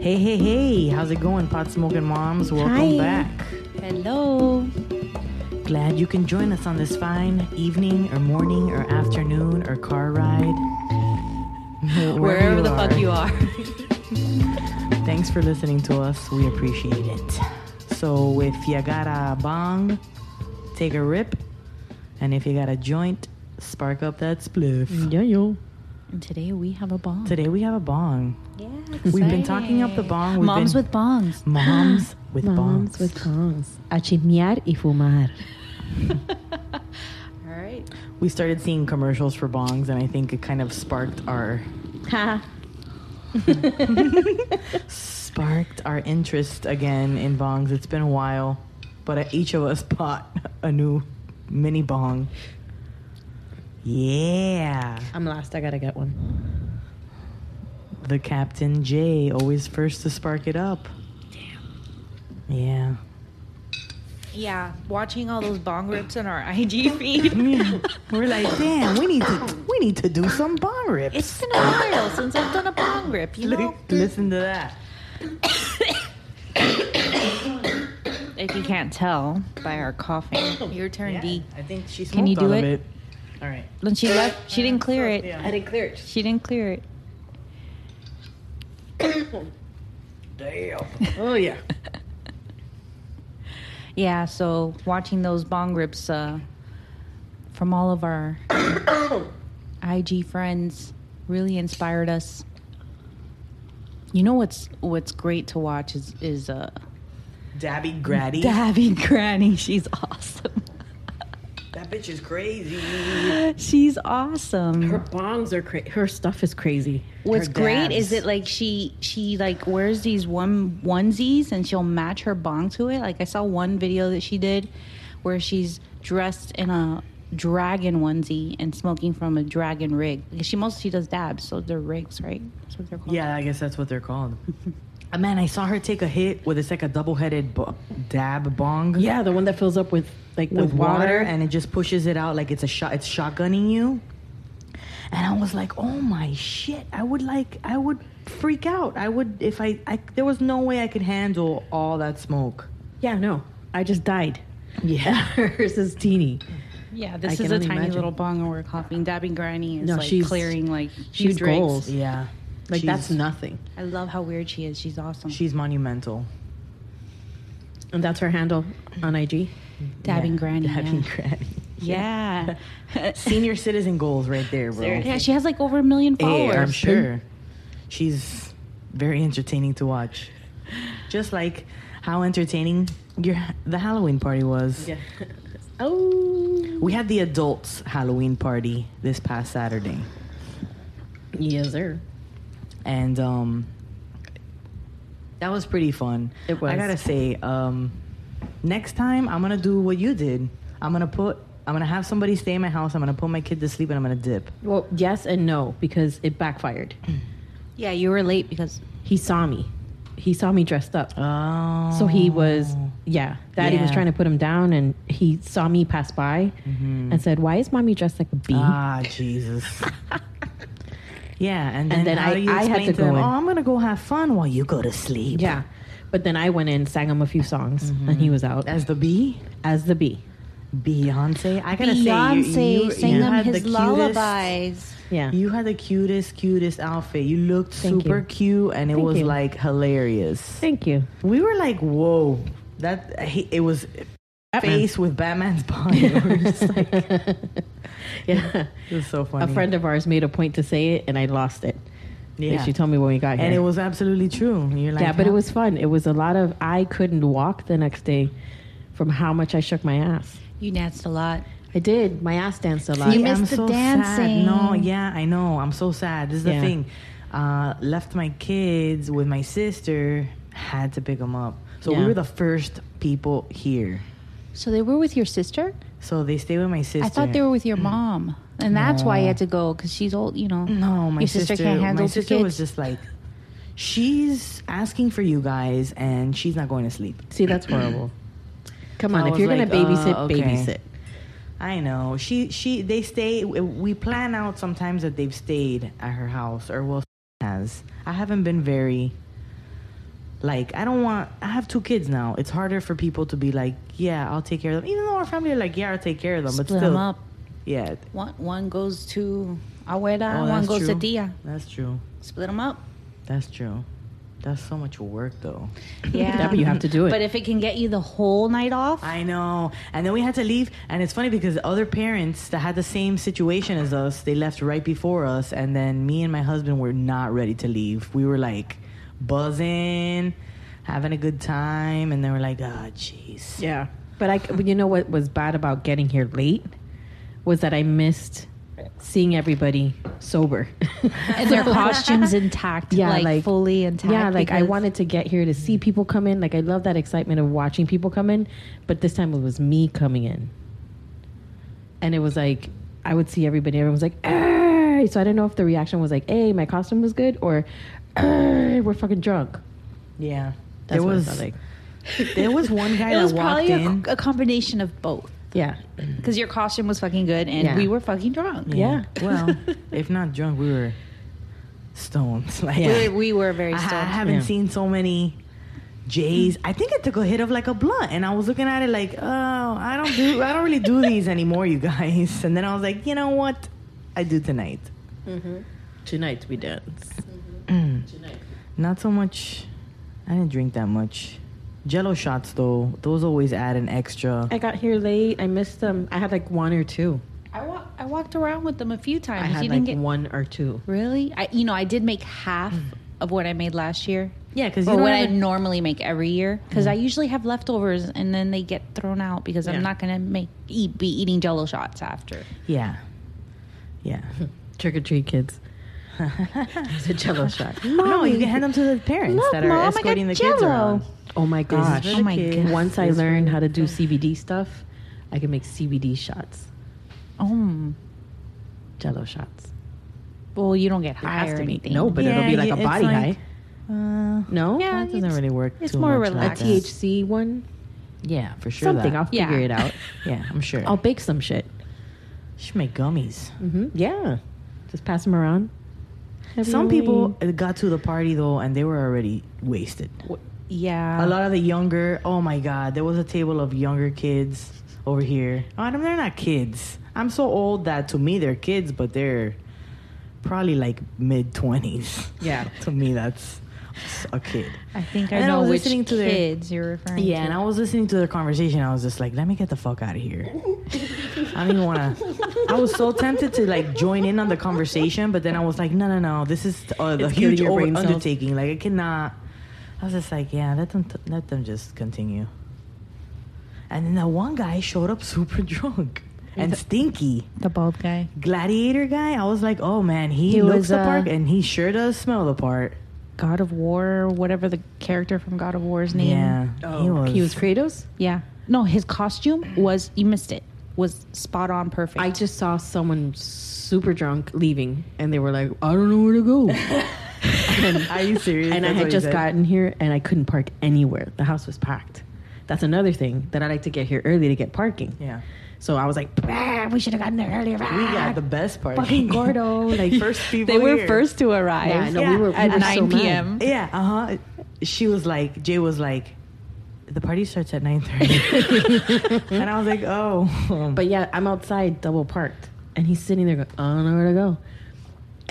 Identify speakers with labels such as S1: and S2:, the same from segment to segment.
S1: Hey, hey, hey, how's it going, pot smoking moms? Welcome
S2: Hi.
S1: back.
S2: Hello.
S1: Glad you can join us on this fine evening or morning or afternoon or car ride. Wherever,
S2: Wherever
S1: you
S2: the fuck
S1: are.
S2: you are.
S1: Thanks for listening to us. We appreciate it. So if you got a bong, take a rip. And if you got a joint, spark up that
S2: Mm.
S1: spliff.
S3: Yeah, yo.
S2: and today we have a bong.
S1: Today we have a bong.
S2: Yeah,
S1: We've been
S2: exciting.
S1: talking up the bong. We've
S2: Moms
S1: been-
S2: with bongs.
S1: Moms with
S3: Moms
S1: bongs.
S3: with bongs. A chismear y fumar.
S2: All right.
S1: we started seeing commercials for bongs, and I think it kind of sparked our
S3: Ha.
S1: sparked our interest again in bongs. It's been a while, but uh, each of us bought a new mini bong. Yeah.
S3: I'm last. I gotta get one.
S1: The Captain J, always first to spark it up. Damn.
S2: Yeah, watching all those bong rips on our IG feed.
S1: Yeah. We're like, damn, we need to we need to do some bong rips.
S2: it's been a while since I've done a bong rip. You know,
S1: Listen to that.
S2: if you can't tell by our coughing, your turn, D.
S1: I think she smoked
S2: Can you do
S1: all of
S2: it?
S1: it. All right.
S2: When she left, she didn't clear it.
S1: Yeah.
S3: didn't clear it.
S2: She didn't clear it.
S1: Damn. Oh yeah.
S2: Yeah, so watching those bong rips uh, from all of our IG friends really inspired us. You know what's what's great to watch is is uh,
S1: Dabby Gratty.
S2: Dabby Granny. She's awesome.
S1: that bitch is crazy.
S2: She's awesome.
S3: Her bongs are crazy. Her stuff is crazy.
S2: What's
S1: her
S2: great
S1: dabs.
S2: is that like she she like wears these one onesies and she'll match her bong to it. Like I saw one video that she did where she's dressed in a dragon onesie and smoking from a dragon rig. Like, She mostly does dabs, so they're rigs, right? That's what they're called.
S1: Yeah, I guess that's what they're called. Uh, Man, I saw her take a hit with it's like a double-headed bo- dab bong
S3: Yeah, the one that fills up with like
S1: with water, and it just pushes it out like it's a shot. It's shotgunning you. And I was like, oh my shit! I would like, I would freak out. I would if I, I there was no way I could handle all that smoke.
S3: yeah, no, I just died.
S1: Yeah.
S3: Hers is teeny.
S2: Yeah, this
S3: I
S2: is
S3: can
S2: a
S3: only
S2: tiny
S3: imagine.
S2: little bong and we're coughing. Dabbing Granny is
S3: No,
S2: like
S3: she's-
S2: clearing like huge
S3: she's
S2: rigs.
S3: goals.
S1: Yeah.
S3: Like
S1: She's-
S3: that's nothing.
S2: I love how weird she is. She's awesome.
S1: She's monumental.
S3: And that's her handle on IG.
S2: dabbing
S1: Yeah,
S2: Granny.
S1: Dabbing Granny.
S2: yeah. Yeah.
S1: Senior citizen goals right there, bro.
S2: yeah, she has like over a million
S1: Hey,
S3: Oh,
S2: followers.
S1: Eh, I'm sure. She's very entertaining to watch. Just like how entertaining your the Halloween party was.
S3: Oh.
S1: We had the adults Halloween party this past Saturday.
S3: Yes, sir.
S1: And um that was pretty fun.
S3: It was.
S1: I gotta say, um next time I'm gonna do what you did. I'm gonna put I'm gonna have somebody stay in my house, I'm gonna put my kid to sleep and I'm gonna dip.
S3: Well, yes and no because it backfired.
S2: Yeah, you were late because
S3: He saw me. He saw me dressed up.
S1: Oh
S3: So he was, yeah. Daddy was
S1: Yeah.
S3: trying to put him down, and he saw me pass by and said, "Why is mommy dressed like a bee?"
S1: Ah, Jesus. yeah, and then,
S3: And then
S1: how
S3: I-
S1: do you
S3: I had
S1: explain
S3: to
S1: to, them,
S3: go in.
S1: oh, I'm going to go have fun while you go to sleep.
S3: yeah. But then I went in, sang him a few songs, and he was out as,
S1: As the bee,
S3: the bee.
S1: Beyonce. I gotta say, you- you,
S2: Beyonce
S1: you,
S2: sang
S1: you
S2: them
S1: had the
S2: his
S1: cutest-
S2: lullabies.
S3: Yeah.
S1: You had the cutest, cutest outfit. You looked
S3: Thank
S1: super
S3: you.
S1: cute, and it
S3: Thank
S1: was
S3: you.
S1: like hilarious.
S3: Thank you.
S1: We were like, "Whoa, that!" He, it was
S3: Batman.
S1: face with Batman's body. We were just like, it
S3: Yeah.
S1: was so funny.
S3: a friend of ours made a point to say it, and I lost it. And
S1: yeah.
S3: She told me when we got here.
S1: and it was absolutely true. And You're like,
S3: yeah, but it
S1: "How-
S3: was fun. It was a lot of. I couldn't walk the next day from how much I shook my ass.
S2: You danced a lot.
S3: I did. My ass danced a lot.
S2: You missed the
S1: Sad.
S2: dancing.
S1: No, yeah, I know. I'm so sad. This is the
S3: Yeah.
S1: thing. Uh, left my kids with my sister. Had to pick them up. So we
S3: Yeah.
S1: were the first people here.
S2: So they were with your sister?
S1: So they stay with my sister. Mm.
S2: I thought they were with your mom. And that's why you had to go because she's old, you know.
S1: No, my
S2: Your sister can't handle
S1: My
S2: two
S1: sister was
S2: kids?
S1: just like, she's asking for you guys, and she's not going to sleep.
S3: See, that's horrible. Come
S1: So
S3: on,
S1: I
S3: if you're
S1: was
S3: gonna
S1: like,
S3: babysit,
S1: uh, okay.
S3: babysit.
S1: I know. She she they stay. We plan out sometimes that they've stayed at her house or well has. I haven't been very Like I don't want. I have two kids now. It's harder for people to be like, yeah, I'll take care of them. Even though our family are like, yeah, I'll take care of them. but
S2: Split
S1: still,
S2: them up.
S1: Yeah.
S2: One one goes to abuela,
S1: Oh,
S2: one
S1: that's
S2: goes
S1: true.
S2: to tia.
S1: That's true.
S2: Split them up.
S1: That's true. That's so much work though.
S2: Yeah.
S3: Yeah, but you have to do it.
S2: But if it can get you the whole night off,
S1: I know. And then we had to leave. And it's funny because other parents that had the same situation as us, they left right before us. And then me and my husband were not ready to leave. We were like buzzing, having a good time. And they were like, oh, jeez.
S3: Yeah, but I, but you know what was bad about getting here late was that I missed seeing everybody sober
S2: and their costumes intact,
S3: Yeah,
S2: like,
S3: like-
S2: fully intact.
S3: Yeah, like I
S2: because-
S3: wanted to get here to see people come in. Like I love that excitement of watching people come in, but this time it was me coming in, and it was like I would see everybody. Everyone was like, "Hey!" So I didn't know if the reaction was like, "Hey, my costume was good," or "Hey, we're fucking drunk."
S1: Yeah.
S3: That's
S1: there
S3: what it
S1: was
S3: felt like.
S1: there was one guy
S2: It
S1: that
S2: was
S1: walked
S2: probably a,
S1: in.
S2: a combination of both
S3: Yeah,
S2: because your costume was fucking good and
S3: Yeah.
S2: we were fucking drunk.
S3: yeah.
S1: well, if not drunk, we were stoned. Like,
S2: We, we were very
S1: I, ha- I
S2: stoned.
S1: haven't
S3: Yeah.
S1: seen so many J's. I think I took a hit of like a blunt, and I was looking at it like, oh, I don't do, I don't really do these anymore, you guys. And then I was like, you know what, I do tonight.
S3: Tonight we dance.
S1: Not so much. I didn't drink that much. Jello shots though, those always add an extra.
S3: I got here late. I missed them. I had like one or two.
S2: I, wa- I walked around with them a few
S3: I
S2: times.
S3: had
S2: you
S3: like
S2: didn't get
S3: one or two.
S2: really. I you know I did make half of what I made last year.
S1: Yeah, because you
S2: Or
S1: don't
S2: what I
S1: have a-
S2: normally make every year, because I usually have leftovers and then they get thrown out because
S3: Yeah.
S2: I'm not gonna make eat, be eating Jello shots after.
S1: yeah, yeah.
S3: Trick or treat, kids. It's a Jello shot.
S1: no, you can hand them to the parents
S2: Look,
S1: that are
S2: Mom, I got
S1: escorting the kids
S2: Jell-O.
S1: around.
S3: Oh my
S1: This is
S3: gosh.
S1: for
S2: Oh
S1: the
S2: my
S1: kids.
S2: God.
S3: Once I
S1: This is for
S3: learned
S1: the
S3: how to do CBD stuff, I can make CBD shots,
S2: Oh,
S3: Jello shots.
S2: well, you don't get
S3: It
S2: high
S3: has
S2: or
S3: to be
S2: anything.
S3: no, but it'll
S1: Yeah,
S3: be like
S1: yeah,
S3: a
S1: it's
S3: body
S1: like-
S3: high.
S1: Uh,
S3: No,
S2: Yeah,
S1: that doesn't
S2: it's-
S1: really work.
S2: it's
S1: too
S2: more
S1: much
S3: a
S1: like
S2: relaxed.
S1: that.
S3: THC one,
S1: Yeah, for sure.
S3: something.
S1: that.
S3: I'll
S2: Yeah.
S3: figure it out.
S1: Yeah, I'm sure.
S3: I'll bake some shit.
S1: Should make gummies.
S3: hmm Yeah, just pass them around.
S1: Mm-hmm. Some people got to the party though, and they were already wasted.
S2: yeah,
S1: A lot of the younger, oh my god, there was a table of younger kids over here. I mean, they're not kids. I'm so old that to me they're kids, but they're probably like mid twenties.
S3: Yeah.
S1: to me that's a kid.
S2: I think I
S1: And I
S2: know
S1: was
S2: which
S1: listening to their-
S2: kids you're referring to.
S1: Yeah, and I was listening to their conversation. I was just like, let me get the fuck out of here. I don't even want to. I was so tempted to like join in on the conversation, but then I was like, no, no, no. This is uh, the
S3: It's killing
S1: huge
S3: your
S1: over-
S3: brain cells.
S1: undertaking. Like, I cannot. I was just like, yeah, let them, t- let them just continue. And then that one guy showed up super drunk and stinky.
S2: the bald guy.
S1: Gladiator guy, I was like, oh man, he,
S2: He
S1: looks
S2: was,
S1: the
S2: uh,
S1: part and he sure does smell the part.
S2: God of War, whatever the character from God of War's name.
S1: Yeah.
S3: Oh, he was Kratos.
S2: Yeah. No, his costume was you missed it. Was spot on perfect.
S3: I just saw someone super drunk leaving, and they were like, "I don't know where to go." and,
S1: Are you serious?
S3: and I
S1: That's what
S3: had
S1: he
S3: just
S1: said?
S3: gotten here, and I couldn't park anywhere. The house was packed. That's another thing that I like to get here early to get parking.
S1: Yeah.
S3: So I was like, "Ah, "We should have gotten there earlier."
S1: We
S2: ah,
S1: got the best part.
S3: Ah, fucking Gordo. Like
S1: first people.
S2: they were
S1: here.
S2: first to arrive.
S3: Yeah, I know, we were- we
S2: at
S3: were so
S2: 9
S3: mad.
S2: p.m.
S1: Yeah. Uh huh. She was like, Jay was like, the party starts at nine thirty, and I was like, oh.
S3: But yeah, I'm outside, double parked, and he's sitting there going, "I don't know where to go."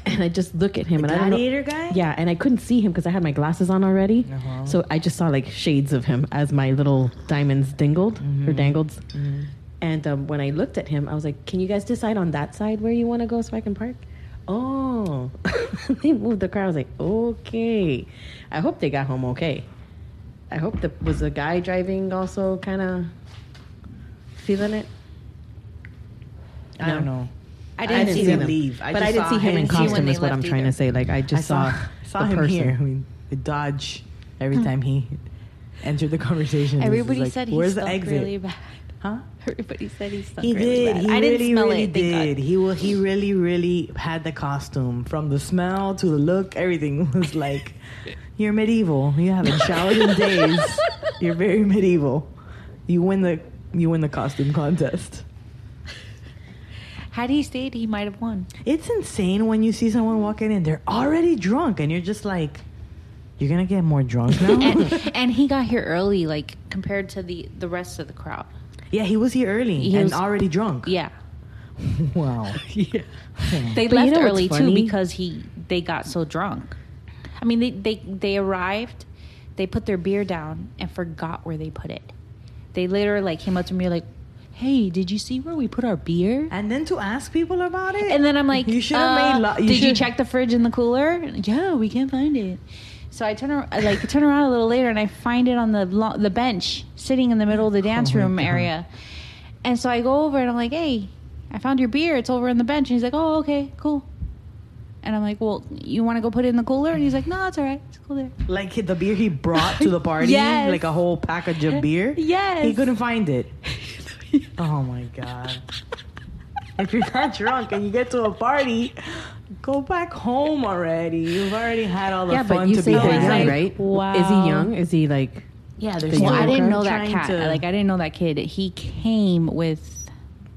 S3: And I just look at him, and I don't know.
S1: gladiator guy.
S3: Yeah, and I couldn't see him because I had my glasses on already.
S1: Uh-huh.
S3: So I just saw like shades of him as my little diamonds dingled or dangled. And um, when I looked at him, I was like, "Can you guys decide on that side where you want to go so I can park?" Oh, they moved the car. I was like, "Okay." I hope they got home okay. I hope that was the guy driving also kind of feeling it.
S1: I don't know.
S2: I
S3: I didn't see
S1: him
S3: them.
S1: leave. I
S3: but
S1: just
S3: I didn't
S1: saw
S3: see him
S1: him
S3: in
S1: here when
S3: costume.
S2: they
S3: Is what I'm
S2: left
S3: trying
S2: either.
S3: to say. Like I
S1: I
S3: just
S1: saw
S3: saw,
S1: saw
S3: the
S1: him
S3: person.
S1: here. I mean, the dodge every time he entered the conversation. It was
S2: Everybody
S1: like,
S2: said he
S1: "Where's the
S2: smelled
S1: exit?"
S2: really bad.
S1: Huh?
S2: Everybody said he smelled
S1: He
S2: really
S1: did.
S2: bad.
S1: He
S2: I
S1: really,
S2: didn't smell
S1: really
S2: it. thank God.
S1: did. He wa He really, really had the costume from the smell to the look. Everything was like, you're medieval. You haven't showered in days. You're very medieval. You win the you win the costume contest.
S2: Had he stayed, he might have won.
S1: It's insane when you see someone walk in and they're already drunk, and you're just like, You're gonna get more drunk now.
S2: and, and he got here early, like compared to the the rest of the crowd.
S1: yeah, he was here early
S2: He
S1: and
S2: was-
S1: already drunk.
S2: Yeah,
S1: Wow.
S3: yeah.
S2: they
S3: But you
S2: left
S3: know what's
S2: early too
S3: funny?
S2: because he they got so drunk. I mean, they they they arrived, they put their beer down and forgot where they put it. They later like came up to me like, "Hey, did you see where we put our beer?"
S1: And then to ask people about it.
S2: And then I'm like,
S1: you should have
S2: uh,
S1: made. Lo-
S2: did you
S1: should've-
S2: check the fridge and the cooler? Yeah, we can't find it. So I turn ar- I, like turn around a little later and I find it on the lo- the bench sitting in the middle of the dance
S1: Oh my
S2: room
S1: God.
S2: area. And so I go over and I'm like, "Hey, I found your beer. It's over on the bench." And he's like, "Oh, okay, cool." And I'm like, "Well, you want to go put it in the cooler?" And he's like, "No, it's all right. It's cool there."
S1: Like the beer he brought to the party,
S2: Yes.
S1: like a whole package of beer.
S2: Yes.
S1: He couldn't find it. Oh my god. If you're not drunk and you get to a party, go back home already. You've already had all the
S3: Yeah,
S1: fun
S3: but you
S1: to
S3: say
S1: be
S3: they're
S2: there.
S1: had.
S3: young,
S2: Like,
S3: right?
S2: wow.
S3: Is he young? Is he like?
S1: Yeah,
S3: The
S1: there's
S2: Well, I
S3: younger
S2: didn't
S3: crowd
S2: know that
S1: trying
S2: cat.
S1: to-
S2: Like I didn't know that kid. He came with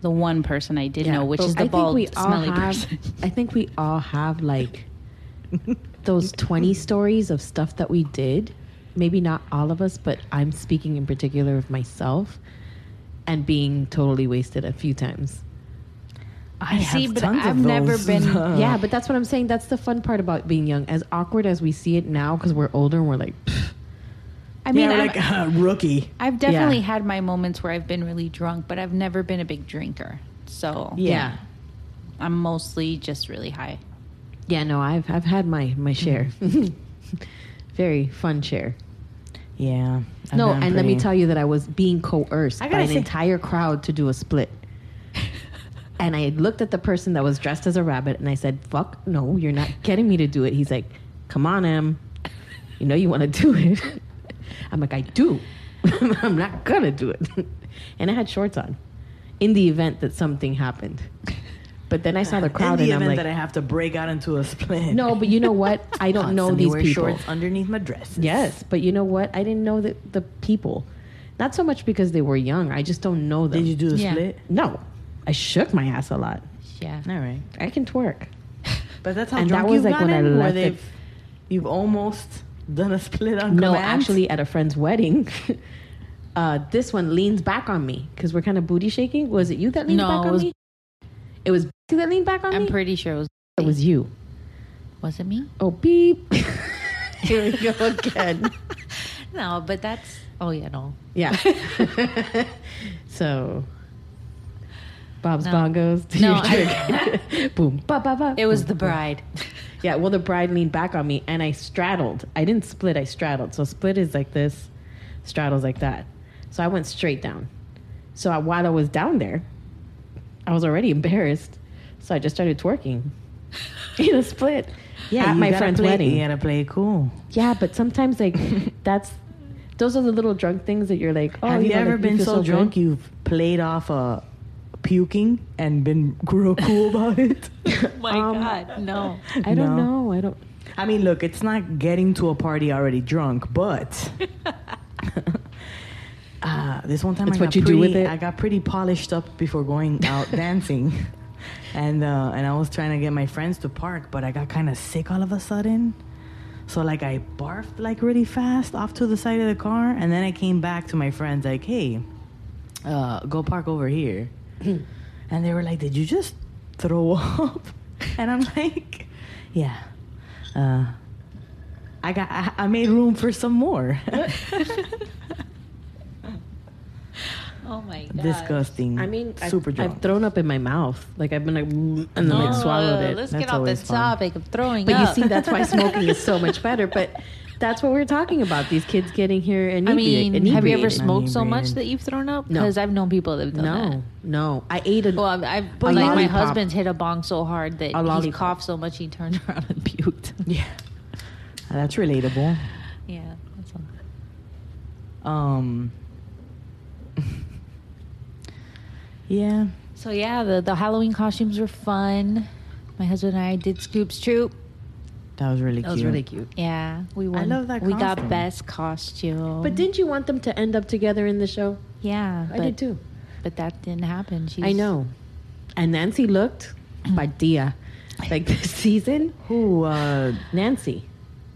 S2: the one person I did
S3: Yeah,
S2: know, which
S3: but
S2: is the
S3: I
S2: bald,
S3: think we all
S2: smelly
S3: have,
S2: person.
S3: I think we all have like those 20 stories of stuff that we did. Maybe not all of us, but I'm speaking in particular of myself and being totally wasted a few times.
S1: I have
S2: See, but
S1: tons of
S2: I've never
S1: those.
S2: been-
S3: yeah, but that's what I'm saying. That's the fun part about being young. As awkward as we see it now, because we're older and we're like, "Pfft,
S2: I mean,
S1: yeah,
S2: I'm-
S1: like a rookie.
S2: I've definitely
S3: Yeah.
S2: had my moments where I've been really drunk, but I've never been a big drinker. So
S3: yeah.
S2: I'm mostly just really high.
S3: Yeah, no, I've, I've had my, my share.
S1: Mm-hmm.
S3: Very fun share.
S1: Yeah. I've
S3: No,
S1: been
S3: and let me
S1: pretty-
S3: tell you that I was being coerced
S1: I
S3: by
S1: gotta
S3: an
S1: say-
S3: entire crowd to do a split. and I looked at the person that was dressed as a rabbit and I said, fuck, no, you're not getting me to do it. He's like, come on, Em. You know you want to do it. I'm like, I do. I'm not going to do it. and I had shorts on in the event that something happened. But then I saw the crowd
S1: in the
S3: and I'm
S1: event
S3: like,
S1: that I have to break out into a split.
S3: no, but you know what? I don't know
S1: Constantly
S3: these
S1: wear
S3: people.
S1: shorts underneath my dress.
S3: Yes, but you know what? I didn't know the, the people. Not so much because they were young. I just don't know them.
S1: Did you do the
S2: Yeah.
S1: split?
S3: No, I shook my ass a lot.
S2: Yeah.
S1: All right.
S3: I can twerk.
S1: But that's how
S3: And
S1: drunk
S3: that was,
S1: you've
S3: like, when I
S1: gotten, where
S3: left it-
S1: they've you've almost done a split on
S3: No,
S1: command?
S3: actually, at a friend's wedding, uh, this one leans back on me because we're kind of booty shaking. Was it you that leaned
S2: No,
S3: back
S2: it
S3: on
S2: was-
S3: me? It was you that leaned back on
S2: I'm
S3: me.
S2: pretty sure it was.
S3: it was you.
S2: Was it me?
S3: Oh beep. Here we go again.
S2: No, but that's. Oh, yeah, no.
S3: yeah. so. Bob's
S2: No.
S3: bongos. do
S2: No,
S3: your trick. boom, ba ba ba.
S2: It was
S3: boom,
S2: the
S3: boom.
S2: bride.
S3: Yeah, well, the bride leaned back on me and I straddled. I didn't split, I straddled. So split is like this, straddles like that. So I went straight down. So I, while I was down there, I was already embarrassed. So I just started twerking in a split
S1: Yeah,
S3: at
S1: you
S3: my
S1: gotta
S3: friend's
S1: play-
S3: wedding.
S1: You
S3: Yeah.
S1: gotta play it cool.
S3: but sometimes, like, that's those are the little drunk things that you're like, oh,
S1: Have you,
S3: know,
S1: ever
S3: like,
S1: been
S3: feel
S1: so
S3: good.
S1: drunk you've played off a puking and been real cool about it?
S2: My
S3: Um,
S2: God, no.
S3: I
S1: No.
S3: don't know. I don't.
S1: I mean, look, it's not getting to a party already drunk, but uh, this one time
S3: It's
S1: I
S3: what
S1: got
S3: you
S1: pretty,
S3: do with it.
S1: I got pretty polished up before going out dancing, and uh, and I was trying to get my friends to park, but I got kind of sick all of a sudden. So like I barfed like really fast off to the side of the car, and then I came back to my friends like, "Hey, uh, go park over here," and they were like, "Did you just throw up?" And I'm like, "Yeah, uh, I got I, I made room for some more."
S2: Oh, my God.
S1: Disgusting.
S3: I mean, I've-
S1: Mm. super
S3: I've,
S1: drunk.
S3: thrown up in my mouth. Like, I've been like, and then like swallowed it.
S2: Let's
S1: That's
S2: get off the
S1: always fun.
S2: topic of throwing
S3: But you
S2: up.
S3: see, that's why smoking is so much better. But that's what we're talking about. These kids getting here and
S2: I mean, have you ever
S1: inebriated.
S2: smoked so much
S1: Inebriated.
S2: that you've thrown up?
S3: No.
S2: Because I've known people that have done that.
S3: No, no. I ate a
S2: Well, I've, I've
S3: But
S2: like my
S3: lollipop.
S2: husband's hit a bong so hard that he
S3: lollipop.
S2: coughed so much he turned around and puked.
S1: yeah, that's relatable.
S2: yeah, that's all.
S1: Um, yeah,
S2: So yeah, the the Halloween costumes were fun. My husband and I did Scoops Troop.
S1: that was really
S3: That
S1: cute.
S3: was really cute.
S2: Yeah, we won.
S1: love that
S2: We got
S1: costume.
S2: best costume.
S3: But didn't you want them to end up together in the show?
S2: yeah,
S3: I
S2: but,
S3: did too.
S2: But that didn't happen. She's,
S3: I know. And Nancy looked, Padilla. Like this season,
S1: Who? Uh,
S3: Nancy.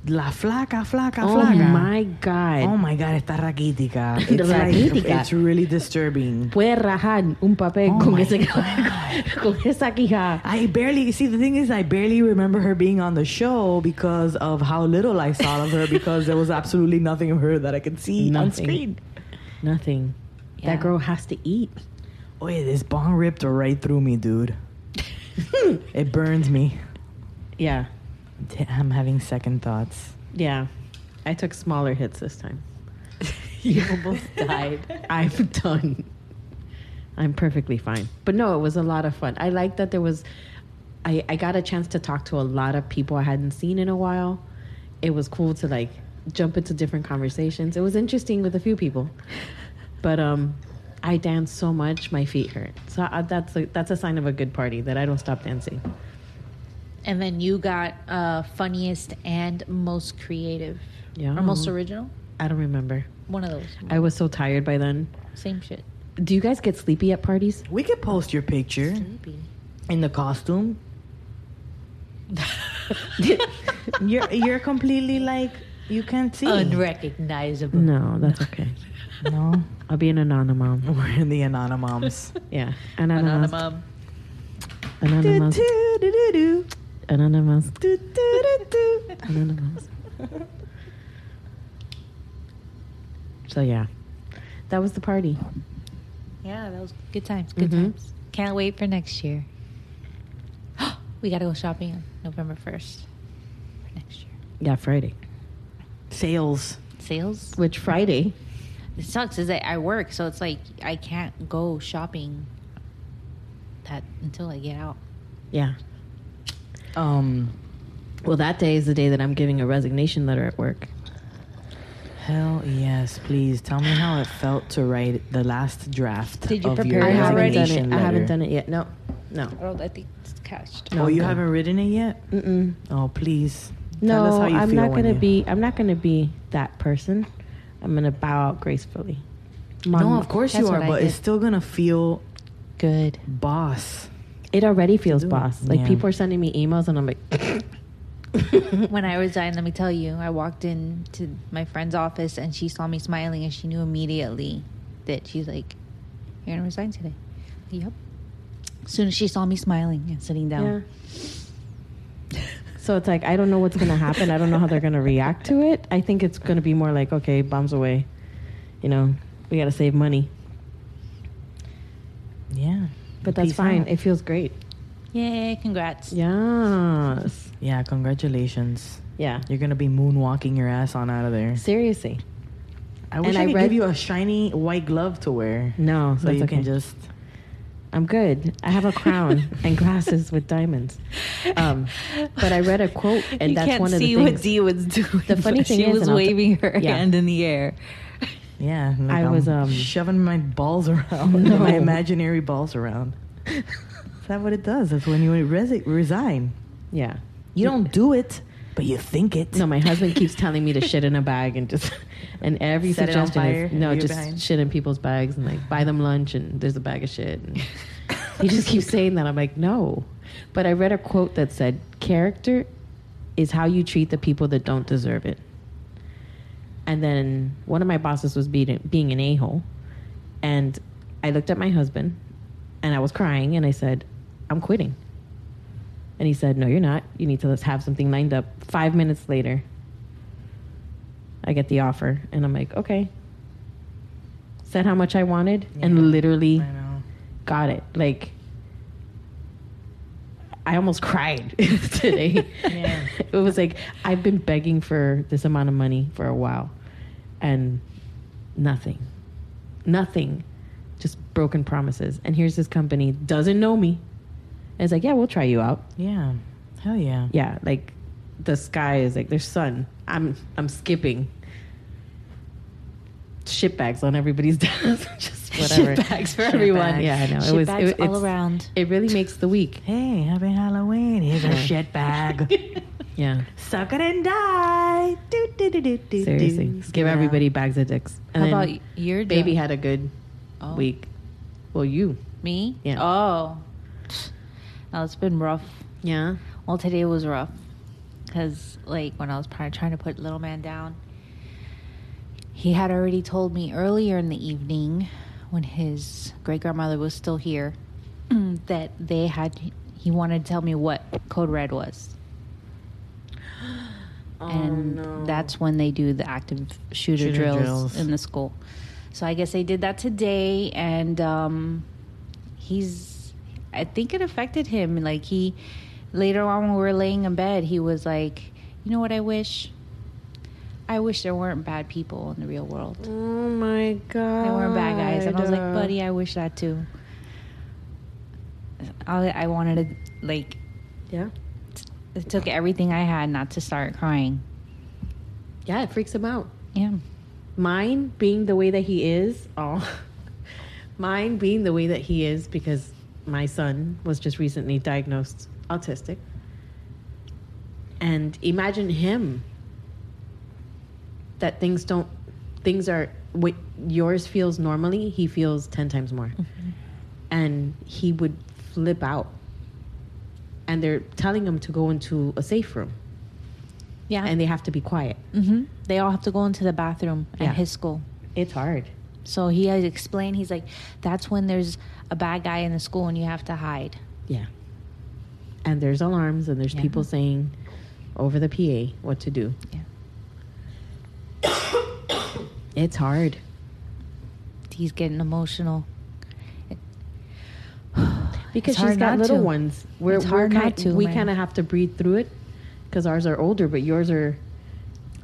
S1: la flaca, flaca,
S3: Oh
S1: flaca.
S3: my God.
S1: Oh my God, está raquítica. It's,
S3: Raquítica.
S1: Like, it's really disturbing.
S3: Puede rajar un papel
S1: Oh
S3: con,
S1: my
S3: ese,
S1: God.
S3: con esa quija.
S1: I barely see the thing is I barely remember her being on the show because of how little I saw of her because there was absolutely nothing of her that I could see on
S3: Nothing.
S1: screen.
S3: Nothing.
S4: Yeah.
S3: That girl has to eat.
S1: Oh yeah, this bong ripped right through me, dude. it burns me.
S3: Yeah.
S1: Damn, I'm having second thoughts.
S3: Yeah. I took smaller hits this time.
S4: You almost
S3: died. I'm done. I'm perfectly fine. But no, it was a lot of fun. I like that there was I, I got a chance to talk to a lot of people I hadn't seen in a while. It was cool to like jump into different conversations. It was interesting with a few people. But um I danced so much my feet hurt. So I, that's a, that's a sign of a good party that I don't stop dancing.
S2: And then you got uh, funniest and most creative.
S3: Yeah.
S2: Or most original.
S3: I don't remember.
S2: One of those.
S3: I was so tired by then.
S2: Same shit.
S3: Do you guys get sleepy at parties?
S1: We could post your picture
S2: Creepy.
S1: in the costume. you're you're completely like you can't see.
S2: Unrecognizable.
S3: No, that's okay.
S1: no,
S3: I'll be an anonymous.
S1: we're in the anonymous.
S3: Yeah.
S2: Banana
S3: Anonymous.
S2: mom.
S3: Anonymous.
S1: Do-do-do-do-do.
S3: Anonymous.
S1: Do-do-do-do.
S3: Anonymous. So yeah. That was the party.
S2: Yeah, that was good times. Good
S3: Mhm.
S2: times. Can't wait for next year. we gotta go shopping on November first for next year.
S3: Yeah, Friday.
S1: Sales.
S2: Sales.
S3: Which Friday?
S2: It sucks is that I work, so it's like I can't go shopping that until I get out.
S3: Yeah.
S1: Um,
S3: Well, that day is the day that I'm giving a resignation letter at work.
S1: hell yes, please tell me how it felt to write the last draft.
S2: Did you
S1: of
S2: prepare
S1: your
S2: I it haven't already?
S3: done
S1: resignation
S3: it. I haven't
S1: letter?
S3: done it yet. No. No.
S2: Oh, I think it's couched.
S1: oh,
S3: I'm
S1: you
S3: good.
S1: haven't written it yet?
S3: Mm-mm.
S1: Oh, please. tell us
S3: No,
S1: how you
S3: I'm
S1: feel
S3: not
S1: when
S3: gonna
S1: you-
S3: be. I'm not gonna be that person. I'm gonna bow out gracefully.
S1: No,
S3: Mon-
S1: of course
S2: That's
S1: you are,
S2: what I
S1: but
S2: did.
S1: it's still gonna feel
S2: Good.
S1: boss.
S3: It already feels
S1: do it.
S3: boss. Like
S1: Yeah.
S3: people are sending me emails, and I'm like,
S2: When I resigned, let me tell you, I walked into my friend's office and she saw me smiling and she knew immediately that she's like, You're gonna resign today. Yep. As soon as she saw me smiling and sitting
S3: Yeah.
S2: down.
S3: So it's like I don't know what's gonna happen. I don't know how they're gonna react to it. I think it's gonna be more like, okay, bombs away. You know, we gotta save money,
S1: Yeah.
S3: but that's
S1: Peace
S3: fine.
S1: out.
S3: It feels great.
S2: Yay, congrats.
S3: Yes.
S1: Yeah, congratulations.
S3: Yeah.
S1: You're gonna be moonwalking your ass on out of there.
S3: Seriously.
S1: I wish
S3: And
S1: I,
S3: I
S1: could
S3: read-
S1: give you a shiny white glove to wear.
S3: No,
S1: So
S3: that's
S1: you
S3: okay.
S1: can just
S3: I'm good. I have a crown and glasses with diamonds. Um, but I read a quote, and
S2: you
S3: that's
S2: can't
S3: one of the
S2: see
S3: things.
S2: what Dee was doing.
S3: The funny
S2: but
S3: thing
S2: she
S3: is,
S2: was
S3: and I'll t-
S2: waving her
S3: yeah.
S2: hand in the air.
S1: yeah. like
S3: I
S1: I'm
S3: was, um,
S1: shoving my balls around,
S3: No.
S1: my imaginary balls around. Is that what it does? That's when you resi- resign.
S3: yeah.
S1: You don't do it, but you think it.
S3: No, my husband keeps telling me to shit in a bag and just and every
S1: Set it on
S3: suggestion
S1: fire
S3: is
S1: and
S3: no,
S1: leave it
S3: just
S1: behind.
S3: shit in people's bags and like buy them lunch and there's a bag of shit. And he just keeps saying that. I'm like, no. But I read a quote that said, "Character is how you treat the people that don't deserve it." And then one of my bosses was being being an a hole, and I looked at my husband, and I was crying, and I said, "I'm quitting." And he said, No, you're not. You need to let's have something lined up. Five minutes later, I get the offer. And I'm like, Okay. Said how much I wanted
S1: Yeah.
S3: and literally
S1: I know.
S3: got it. Like, I almost cried today.
S1: Yeah.
S3: It was like, I've been begging for this amount of money for a while and nothing. Nothing. Just broken promises. And here's this company, doesn't know me. And it's like, Yeah, we'll try you out
S1: Yeah. Hell yeah.
S3: yeah, like the sky is like there's sun. I'm I'm skipping shit bags on everybody's desk. Just whatever.
S2: Shit bags for
S3: Shit
S2: everyone.
S3: bags. Yeah, I know.
S2: Shit
S3: it was
S2: bags
S3: it,
S2: all
S3: it's-
S2: around.
S3: It really makes the week.
S1: Hey, happy Halloween. Here's a shit bag.
S3: Yeah.
S1: Suck it and die. Do, do, do, do, do,
S3: Seriously.
S1: do.
S3: Give
S1: Yeah.
S3: everybody bags of dicks.
S2: How
S3: And then
S2: about your
S3: baby
S2: job?
S3: had a good
S2: Oh.
S3: week. Well, you.
S2: Me?
S3: Yeah.
S2: Oh. Oh, it's been rough.
S3: Yeah.
S2: Well, today was rough. because like when I was pri- trying to put little man down, he had already told me earlier in the evening when his great grandmother was still here that they had he wanted to tell me what code red was. and that's when they do the active shooter,
S1: Shooter
S2: drills,
S1: drills.
S2: in the school. So I guess they did that today, and um, he's. I think it affected him. Like he, later on when we were laying in bed, he was like, "You know what I wish? I wish there weren't bad people in the real world.
S3: Oh my god.
S2: There weren't bad guys." And Ah, I was like, "Buddy, I wish that too." I, I wanted to like
S3: Yeah.
S2: it took everything I had not to start crying.
S3: Yeah, it freaks him out.
S2: Yeah.
S3: Mine being the way that he is, oh, mine being the way that he is because my son was just recently diagnosed autistic. And imagine him that things don't, things are, what yours feels normally, he feels 10 times more. And he would flip out. And they're telling him to go into a safe room
S2: Yeah.
S3: and they have to be quiet.
S2: hmm They all have to go into the bathroom
S3: Yeah.
S2: at his school.
S3: It's hard.
S2: So he has explained, he's like, that's when there's a bad guy in the school and you have to hide.
S3: Yeah. And there's alarms and there's
S2: Yeah.
S3: people saying over the PA what to do.
S2: Yeah.
S3: It's hard.
S2: He's getting emotional.
S3: Because
S2: It's hard
S3: she's got
S2: not
S3: little
S2: to.
S3: ones. We're,
S2: It's
S3: we're
S2: hard
S3: kind,
S2: not to,
S3: we
S2: man.
S3: kind of have to breathe through it because ours are older, but yours are.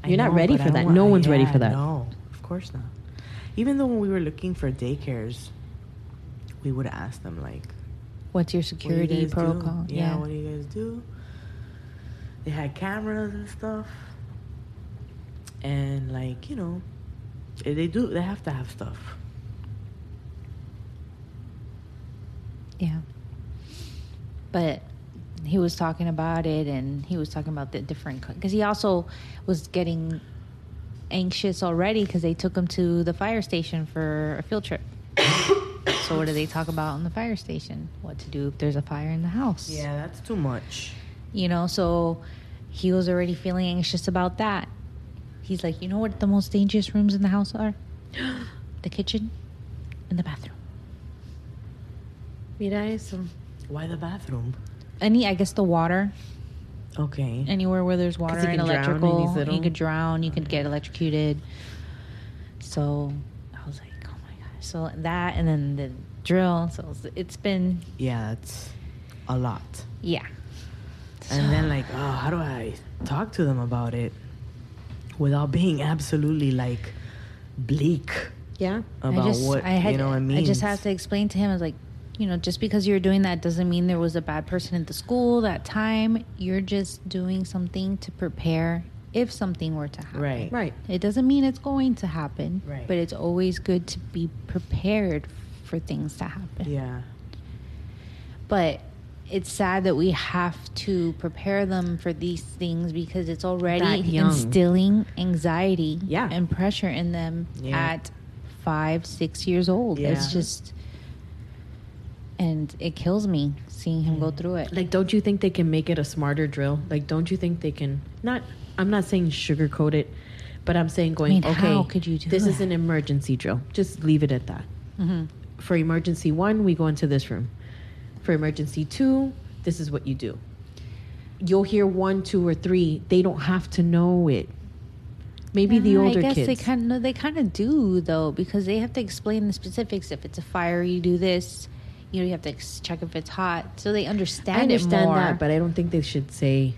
S1: I
S3: You're not
S1: know,
S3: ready
S1: but
S3: for
S1: I
S3: that.
S1: want-
S3: no one's ready
S1: yeah,
S3: for that.
S1: No, of course not. Even though when we were looking for daycares, we would ask them like
S2: What's your
S1: what do you
S2: security
S1: guys do?
S2: protocol?
S1: Yeah, what do you guys do? They had cameras and stuff, and like you know, eh, they do. They have to have stuff.
S2: Yeah. But he was talking about it and he was talking about the different because he also was getting anxious already because they took him to the fire station for a field trip. so what do they talk about in the fire station? What to do if there's a fire in the house?
S1: that's too much.
S2: You know, so he was already feeling anxious about that. He's like, "You know what the most dangerous rooms in the house are? the kitchen and the bathroom."
S3: Mira eso.
S1: Why the bathroom?
S2: Any I guess the water
S1: Okay.
S2: anywhere where there's water
S3: he
S2: and
S3: can drown in
S2: electrical.
S3: these little-
S2: You could drown. You could get electrocuted. So I was like, oh my god. So that and then the drill. So it's- it's been
S1: yeah, it's a lot.
S2: yeah.
S1: And then like, oh, how do I talk to them about it without being absolutely like bleak
S3: Yeah.
S1: about
S2: I just,
S1: what
S2: I had,
S1: you know what I mean?
S2: I just have to explain to him. I was like, you know, just because you're doing that doesn't mean there was a bad person at the school that time. You're just doing something to prepare if something were to happen.
S1: right.
S3: Right.
S2: It doesn't mean it's going to happen,
S1: Right.
S2: but it's always good to be prepared for things to happen.
S1: Yeah.
S2: But it's sad that we have to prepare them for these things because it's
S3: That
S2: already
S3: young.
S2: instilling anxiety
S3: Yeah.
S2: and pressure in them
S1: Yeah.
S2: at five, six years old. It's
S1: Yeah.
S2: just, and it kills me seeing him go through it.
S3: Mm. Like, don't you think they can make it a smarter drill? Like, don't you think they can not? I'm not saying sugarcoat it, but I'm saying going.
S2: mean,
S3: okay,
S2: how could you do
S3: This is
S2: that?
S3: an emergency drill. Just leave it at that.
S2: Mm-hmm.
S3: For emergency one, we go into this room. For emergency two, this is what you do. You'll hear one, two, or three. They don't have to know it. Maybe the
S2: Yeah,
S3: older
S2: Uh, I guess
S3: kids.
S2: they kind of no, they kind of do though because they have to explain the specifics. If it's a fire, you do this. You know, you have to ex- check if it's hot, so they understand.
S3: I
S2: it
S3: understand
S2: more.
S3: that, but I don't think they should say.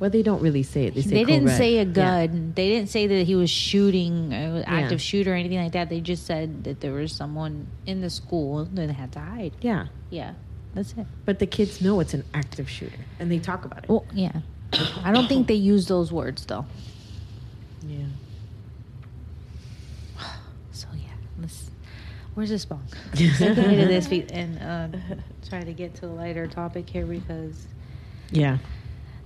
S3: Well, they don't really say it. They, say
S2: they didn't
S3: code red.
S2: say a
S3: Yeah.
S2: gun. They didn't say that he was shooting, uh, active shooter, or anything like that. They just said that there was someone in the school that had to hide.
S3: yeah.
S2: Yeah, that's it.
S3: But the kids know it's an active shooter, and they talk about it.
S2: Well, yeah. I don't think they use those words though.
S3: yeah.
S2: So yeah, let's. Where's this bong? Let's get into this fe- and uh, try to get to a lighter topic here because
S3: Yeah.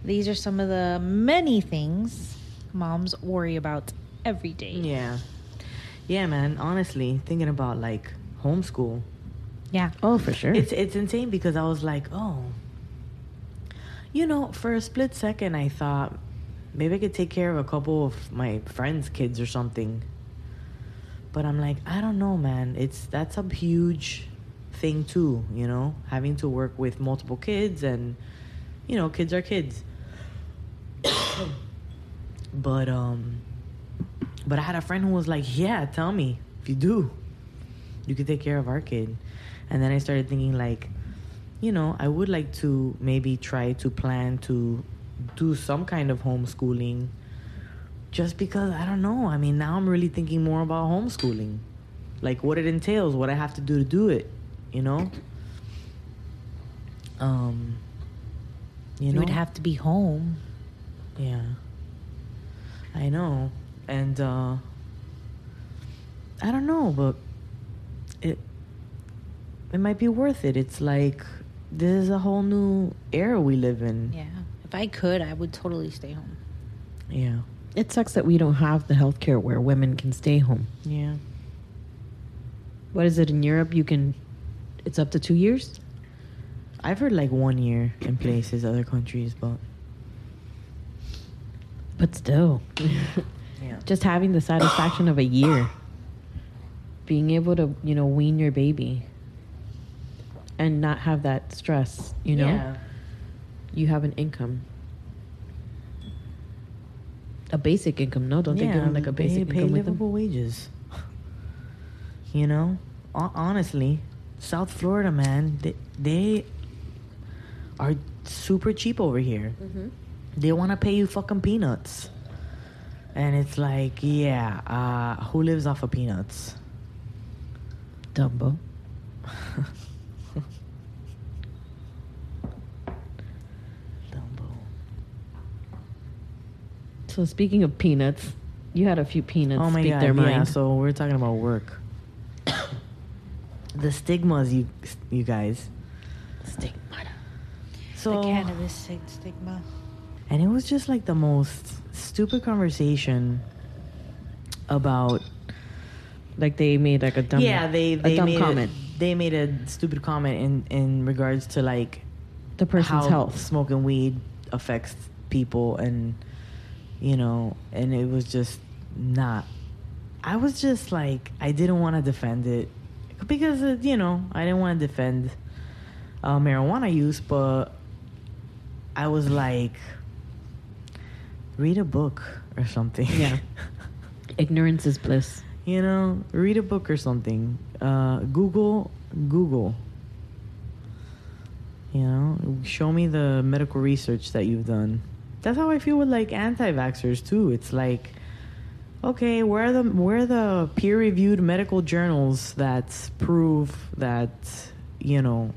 S2: these are some of the many things moms worry about every day.
S1: Yeah. Yeah, man. Honestly, thinking about like homeschool,
S2: Yeah.
S3: Oh, for sure.
S1: it's it's insane because I was like, oh, You know, for a split second, I thought maybe I could take care of a couple of my friends' kids or something. But I'm like, I don't know, man. It's that's a huge thing too, you know, having to work with multiple kids and you know, kids are kids. but um but I had a friend who was like, "Yeah, tell me if you do. You can take care of our kid." And then I started thinking like, you know, I would like to maybe try to plan to do some kind of homeschooling just because I don't know. I mean, now I'm really thinking more about homeschooling. Like what it entails, what I have to do to do it, you know? Um you
S2: You
S1: know
S2: would have to be home.
S1: yeah. I know. And uh I don't know, but it it might be worth it. It's like this is a whole new era we live in.
S2: Yeah. If I could, I would totally stay home.
S1: Yeah.
S3: It sucks that we don't have the healthcare where women can stay home.
S1: Yeah.
S3: What is it in Europe? You can, it's up to two years.
S1: I've heard like one year in places, other countries, but
S3: But still,
S1: yeah.
S3: just having the satisfaction of a year, being able to, you know, wean your baby and not have that stress, you know? You have an income. A basic income, no? Don't they give them like a
S1: they
S3: basic
S1: pay
S3: income with them?
S1: livable wages. you know, Ho- honestly, South Florida, man, they, they are super cheap over here.
S3: Mm-hmm.
S1: They want to pay you fucking peanuts, and it's like, yeah, uh, who lives off of peanuts?
S3: Dumbo.
S1: Dumbo.
S3: So speaking of peanuts, you had a few peanuts
S1: Oh my
S3: speak
S1: god!
S3: their mind.
S1: Yeah, so we're talking about work. the stigmas, you you guys.
S3: Stigmata.
S1: So
S2: the cannabis sig- stigma.
S1: And it was just like the most stupid conversation about
S3: Like they made like a dumb
S1: yeah they they
S3: a dumb
S1: made
S3: comment.
S1: A, they made a stupid comment in in regards to like
S3: the person's
S1: how
S3: health.
S1: smoking weed affects people and you know and it was just not I was just like I didn't want to defend it because uh, you know I didn't want to defend uh, marijuana use but I was like read a book or something
S3: Yeah. Ignorance is bliss.
S1: you know read a book or something uh, google google you know show me the medical research that you've done that's how i feel with like anti-vaxxers too it's like okay where are the where are the peer-reviewed medical journals that prove that you know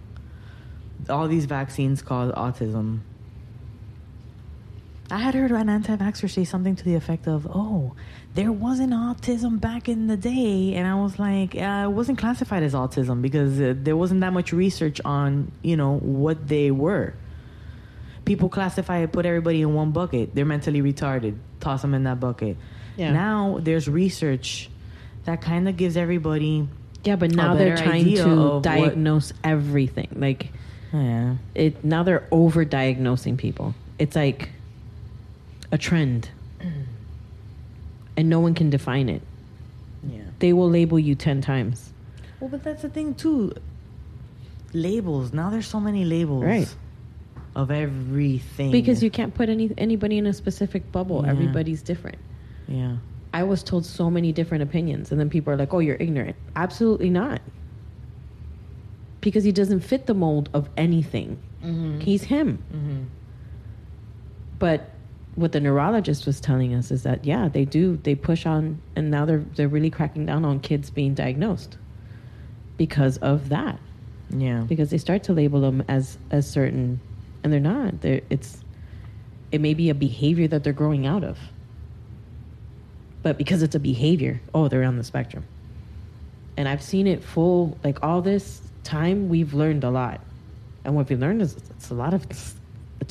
S1: all these vaccines cause autism I had heard an anti-vaxxer say something to the effect of, "Oh, there wasn't autism back in the day," and I was like, uh, "It wasn't classified as autism because uh, there wasn't that much research on, you know, what they were." People classify it, put everybody in one bucket. They're mentally retarded. Toss them in that bucket.
S3: Yeah.
S1: Now there's research that kind of gives everybody,
S3: Yeah, but now
S1: A
S3: they're
S1: better
S3: trying
S1: idea of
S3: to
S1: what-
S3: diagnose everything. Like
S1: yeah,
S3: it now they're over diagnosing people. It's like a trend. and no one can define it.
S1: yeah.
S3: They will label you 10 times.
S1: Well, but that's the thing too. Labels. Now there's so many labels.
S3: Right.
S1: Of everything.
S3: Because you can't put any anybody in a specific bubble.
S1: Yeah.
S3: Everybody's different.
S1: Yeah.
S3: I was told so many different opinions, and then people are like, "Oh, you're ignorant." Absolutely not, because he doesn't fit the mold of anything.
S1: Mm-hmm.
S3: He's him. But what the neurologist was telling us is that yeah, they do they push on, and now they're they're really cracking down on kids being diagnosed because of that,
S1: Yeah.
S3: because they start to label them as as certain, and they're not. They're, it's it may be a behavior that they're growing out of but because it's a behavior, oh, they're on the spectrum. And I've seen it full, like all this time, we've learned a lot. And what we learned is it's a lot of it's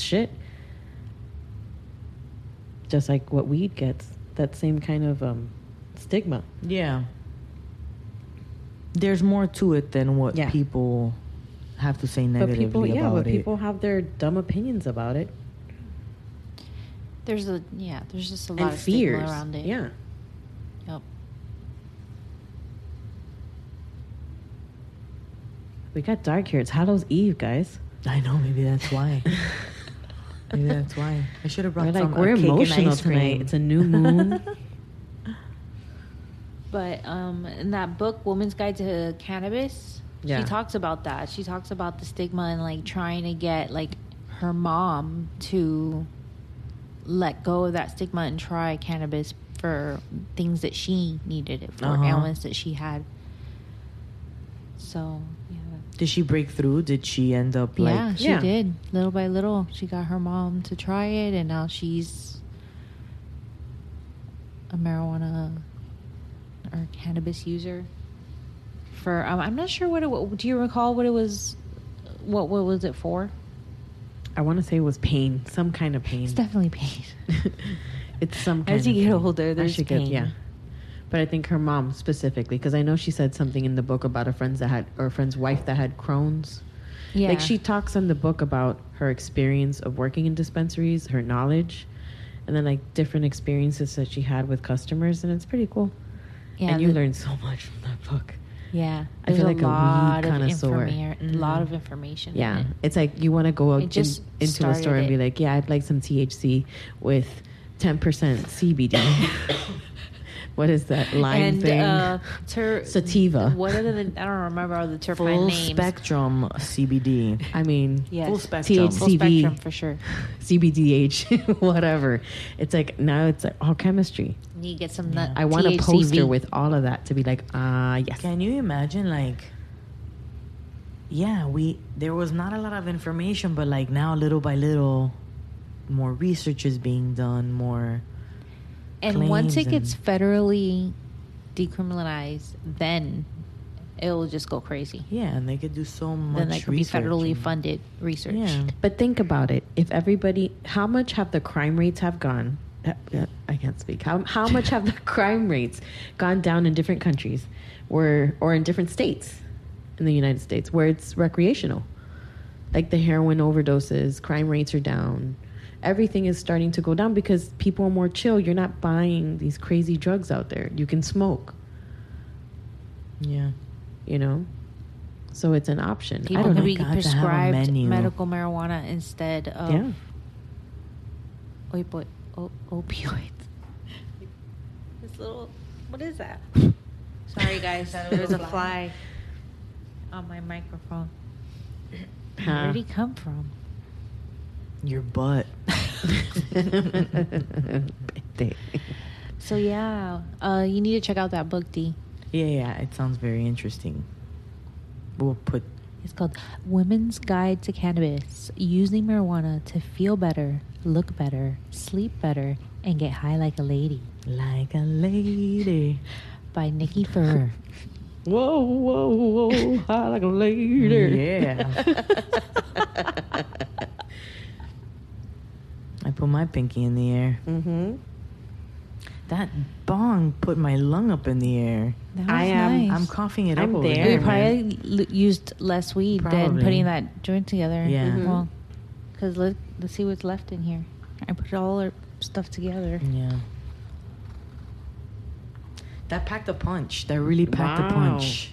S3: shit. Just like what weed gets, that same kind of um, stigma.
S1: Yeah. There's more to it than what
S3: Yeah.
S1: people have to say
S3: But
S1: negatively
S3: people, yeah,
S1: about
S3: but
S1: it.
S3: people have their dumb opinions about it
S2: There's a yeah. There's just a lot
S3: and
S2: of
S3: fears
S2: stigma around it.
S3: Yeah,
S2: Yep.
S3: we got dark here. It's Hallow's Eve, guys.
S1: I know. Maybe that's why. maybe that's why. I should have brought
S3: we're
S1: some.
S3: like
S1: a cake
S3: we're
S1: and
S3: emotional
S1: ice cream.
S3: tonight. It's a new moon.
S2: Mm-hmm. But um, in that book, Woman's Guide to Cannabis,
S3: Yeah.
S2: she talks about that. She talks about the stigma and like trying to get like her mom to let go of that stigma and try cannabis for things that she needed it for,
S1: Uh-huh.
S2: ailments that she had. So yeah,
S1: Did she break through? Did she end up like?
S2: yeah, she
S3: Yeah.
S2: did little by little. She got her mom to try it, and now she's a marijuana or cannabis user. For um, I'm not sure what it. wa- Do you recall what it was? What what was it for?
S3: I want to say it was pain, some kind of pain.
S2: It's definitely pain.
S3: it's some kind
S2: As you
S3: of
S2: get
S3: pain.
S2: older,
S3: I
S2: there's
S3: should
S2: pain.
S3: yeah. But I think her mom specifically, because I know she said something in the book about a friend's that had or a friend's wife that had Crohn's.
S2: Yeah,
S3: Like she talks in the book about her experience of working in dispensaries, her knowledge, and then like different experiences that she had with customers, and it's pretty cool.
S2: Yeah,
S3: and you
S2: the-
S3: learn so much from that book.
S2: yeah.
S3: I feel
S2: There's
S3: like a weed
S2: lot of
S3: connoisseur.
S2: informa- A lot of information. in
S3: Yeah,
S2: it.
S3: it's like you want to go out
S2: It
S3: in-
S2: just
S3: into a store
S2: started
S3: and be
S2: it.
S3: like, "Yeah, I'd like some THC with ten percent CBD." what is that line
S2: and
S3: thing?
S2: uh, ter-
S3: Sativa.
S2: What are the? I don't remember all the terpene
S1: Full
S2: names.
S1: spectrum CBD.
S3: I mean,
S2: Yes.
S1: Full spectrum.
S2: Full
S3: CB.
S2: spectrum for sure.
S3: CBDH, whatever. It's like now it's like all chemistry.
S2: And you get some.
S1: Yeah.
S2: nut-
S3: I want a
S2: THCV.
S3: poster with all of that to be like, ah, yes.
S1: Can you imagine like Yeah, we there was not a lot of information but like now little by little more research is being done, more
S2: And once it
S1: claims
S2: gets
S1: and-
S2: federally decriminalized, then it'll just go crazy.
S1: yeah, and they could do so much
S2: Then that could be
S1: research
S2: federally
S1: and-
S2: funded research.
S1: Yeah.
S3: But think about it. If everybody, how much have the crime rates have gone? Uh, I can't speak. How, how much have the crime rates gone down in different countries where, or in different states in the United States where it's recreational? Like the heroin overdoses, crime rates are down. Everything is starting to go down because people are more chill. You're not buying these crazy drugs out there. You can smoke,
S1: Yeah.
S3: you know? So it's an option. I
S2: People
S3: don't
S2: could
S3: know.
S2: be
S1: God, to have a
S2: prescribed
S1: menu.
S2: medical marijuana instead of
S3: yeah.
S2: opo- o- opioids. This little, what is that? Sorry, guys.
S1: That
S2: there was a
S1: little
S2: fly on my microphone.
S3: Huh.
S2: Where would he come from?
S1: Your butt.
S2: So yeah, uh, you need to check out that book, D.
S1: Yeah, yeah, it sounds very interesting. We'll put
S2: It's called Women's Guide to Cannabis: Using Marijuana to Feel Better, Look Better, Sleep Better, and Get High Like a Lady
S1: like a lady.
S2: by Nikki Ferrer.
S3: Whoa, whoa, whoa, high like a lady.
S1: Yeah. I put my pinky in the air.
S3: mm-hmm.
S1: That bong put my lung up in the air.
S2: That
S3: I
S2: was
S3: am-
S2: nice.
S1: I'm coughing it
S3: I'm
S1: up over
S3: there,
S1: here,
S2: We
S1: man.
S2: probably l- used less weed than
S1: Probably.
S2: putting that joint together.
S1: Yeah. Mhm.
S2: Well, because let, let's see what's left in here. I put all our stuff together.
S1: Yeah. That packed a punch. That really packed a punch.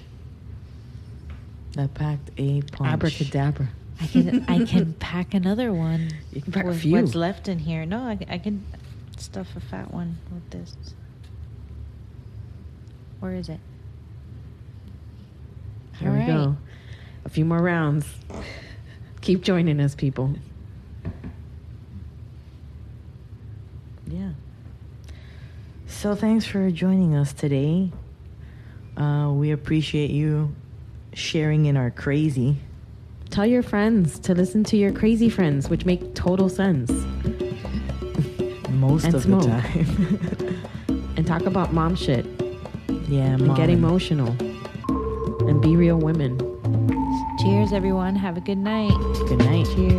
S1: That packed a punch.
S3: Abracadabra.
S2: I can I can pack another one.
S3: You can pack a
S2: with
S3: few.
S2: What's left in here? No, I, I can stuff a fat one with this. Where is it?
S3: Here
S2: All
S3: we
S2: right.
S3: go. A few more rounds. Keep joining us, people.
S1: Yeah. So thanks for joining us today. Uh, we appreciate you sharing in our crazy.
S3: Tell your friends to listen to your crazy friends, which make total sense.
S1: Most
S3: And
S1: of
S3: smoke.
S1: the time.
S3: And talk about mom shit
S1: yeah,
S3: and
S1: mom
S3: get
S1: and-
S3: emotional and be real women.
S2: Cheers, everyone. Have a good night.
S1: Good night.
S2: Cheers.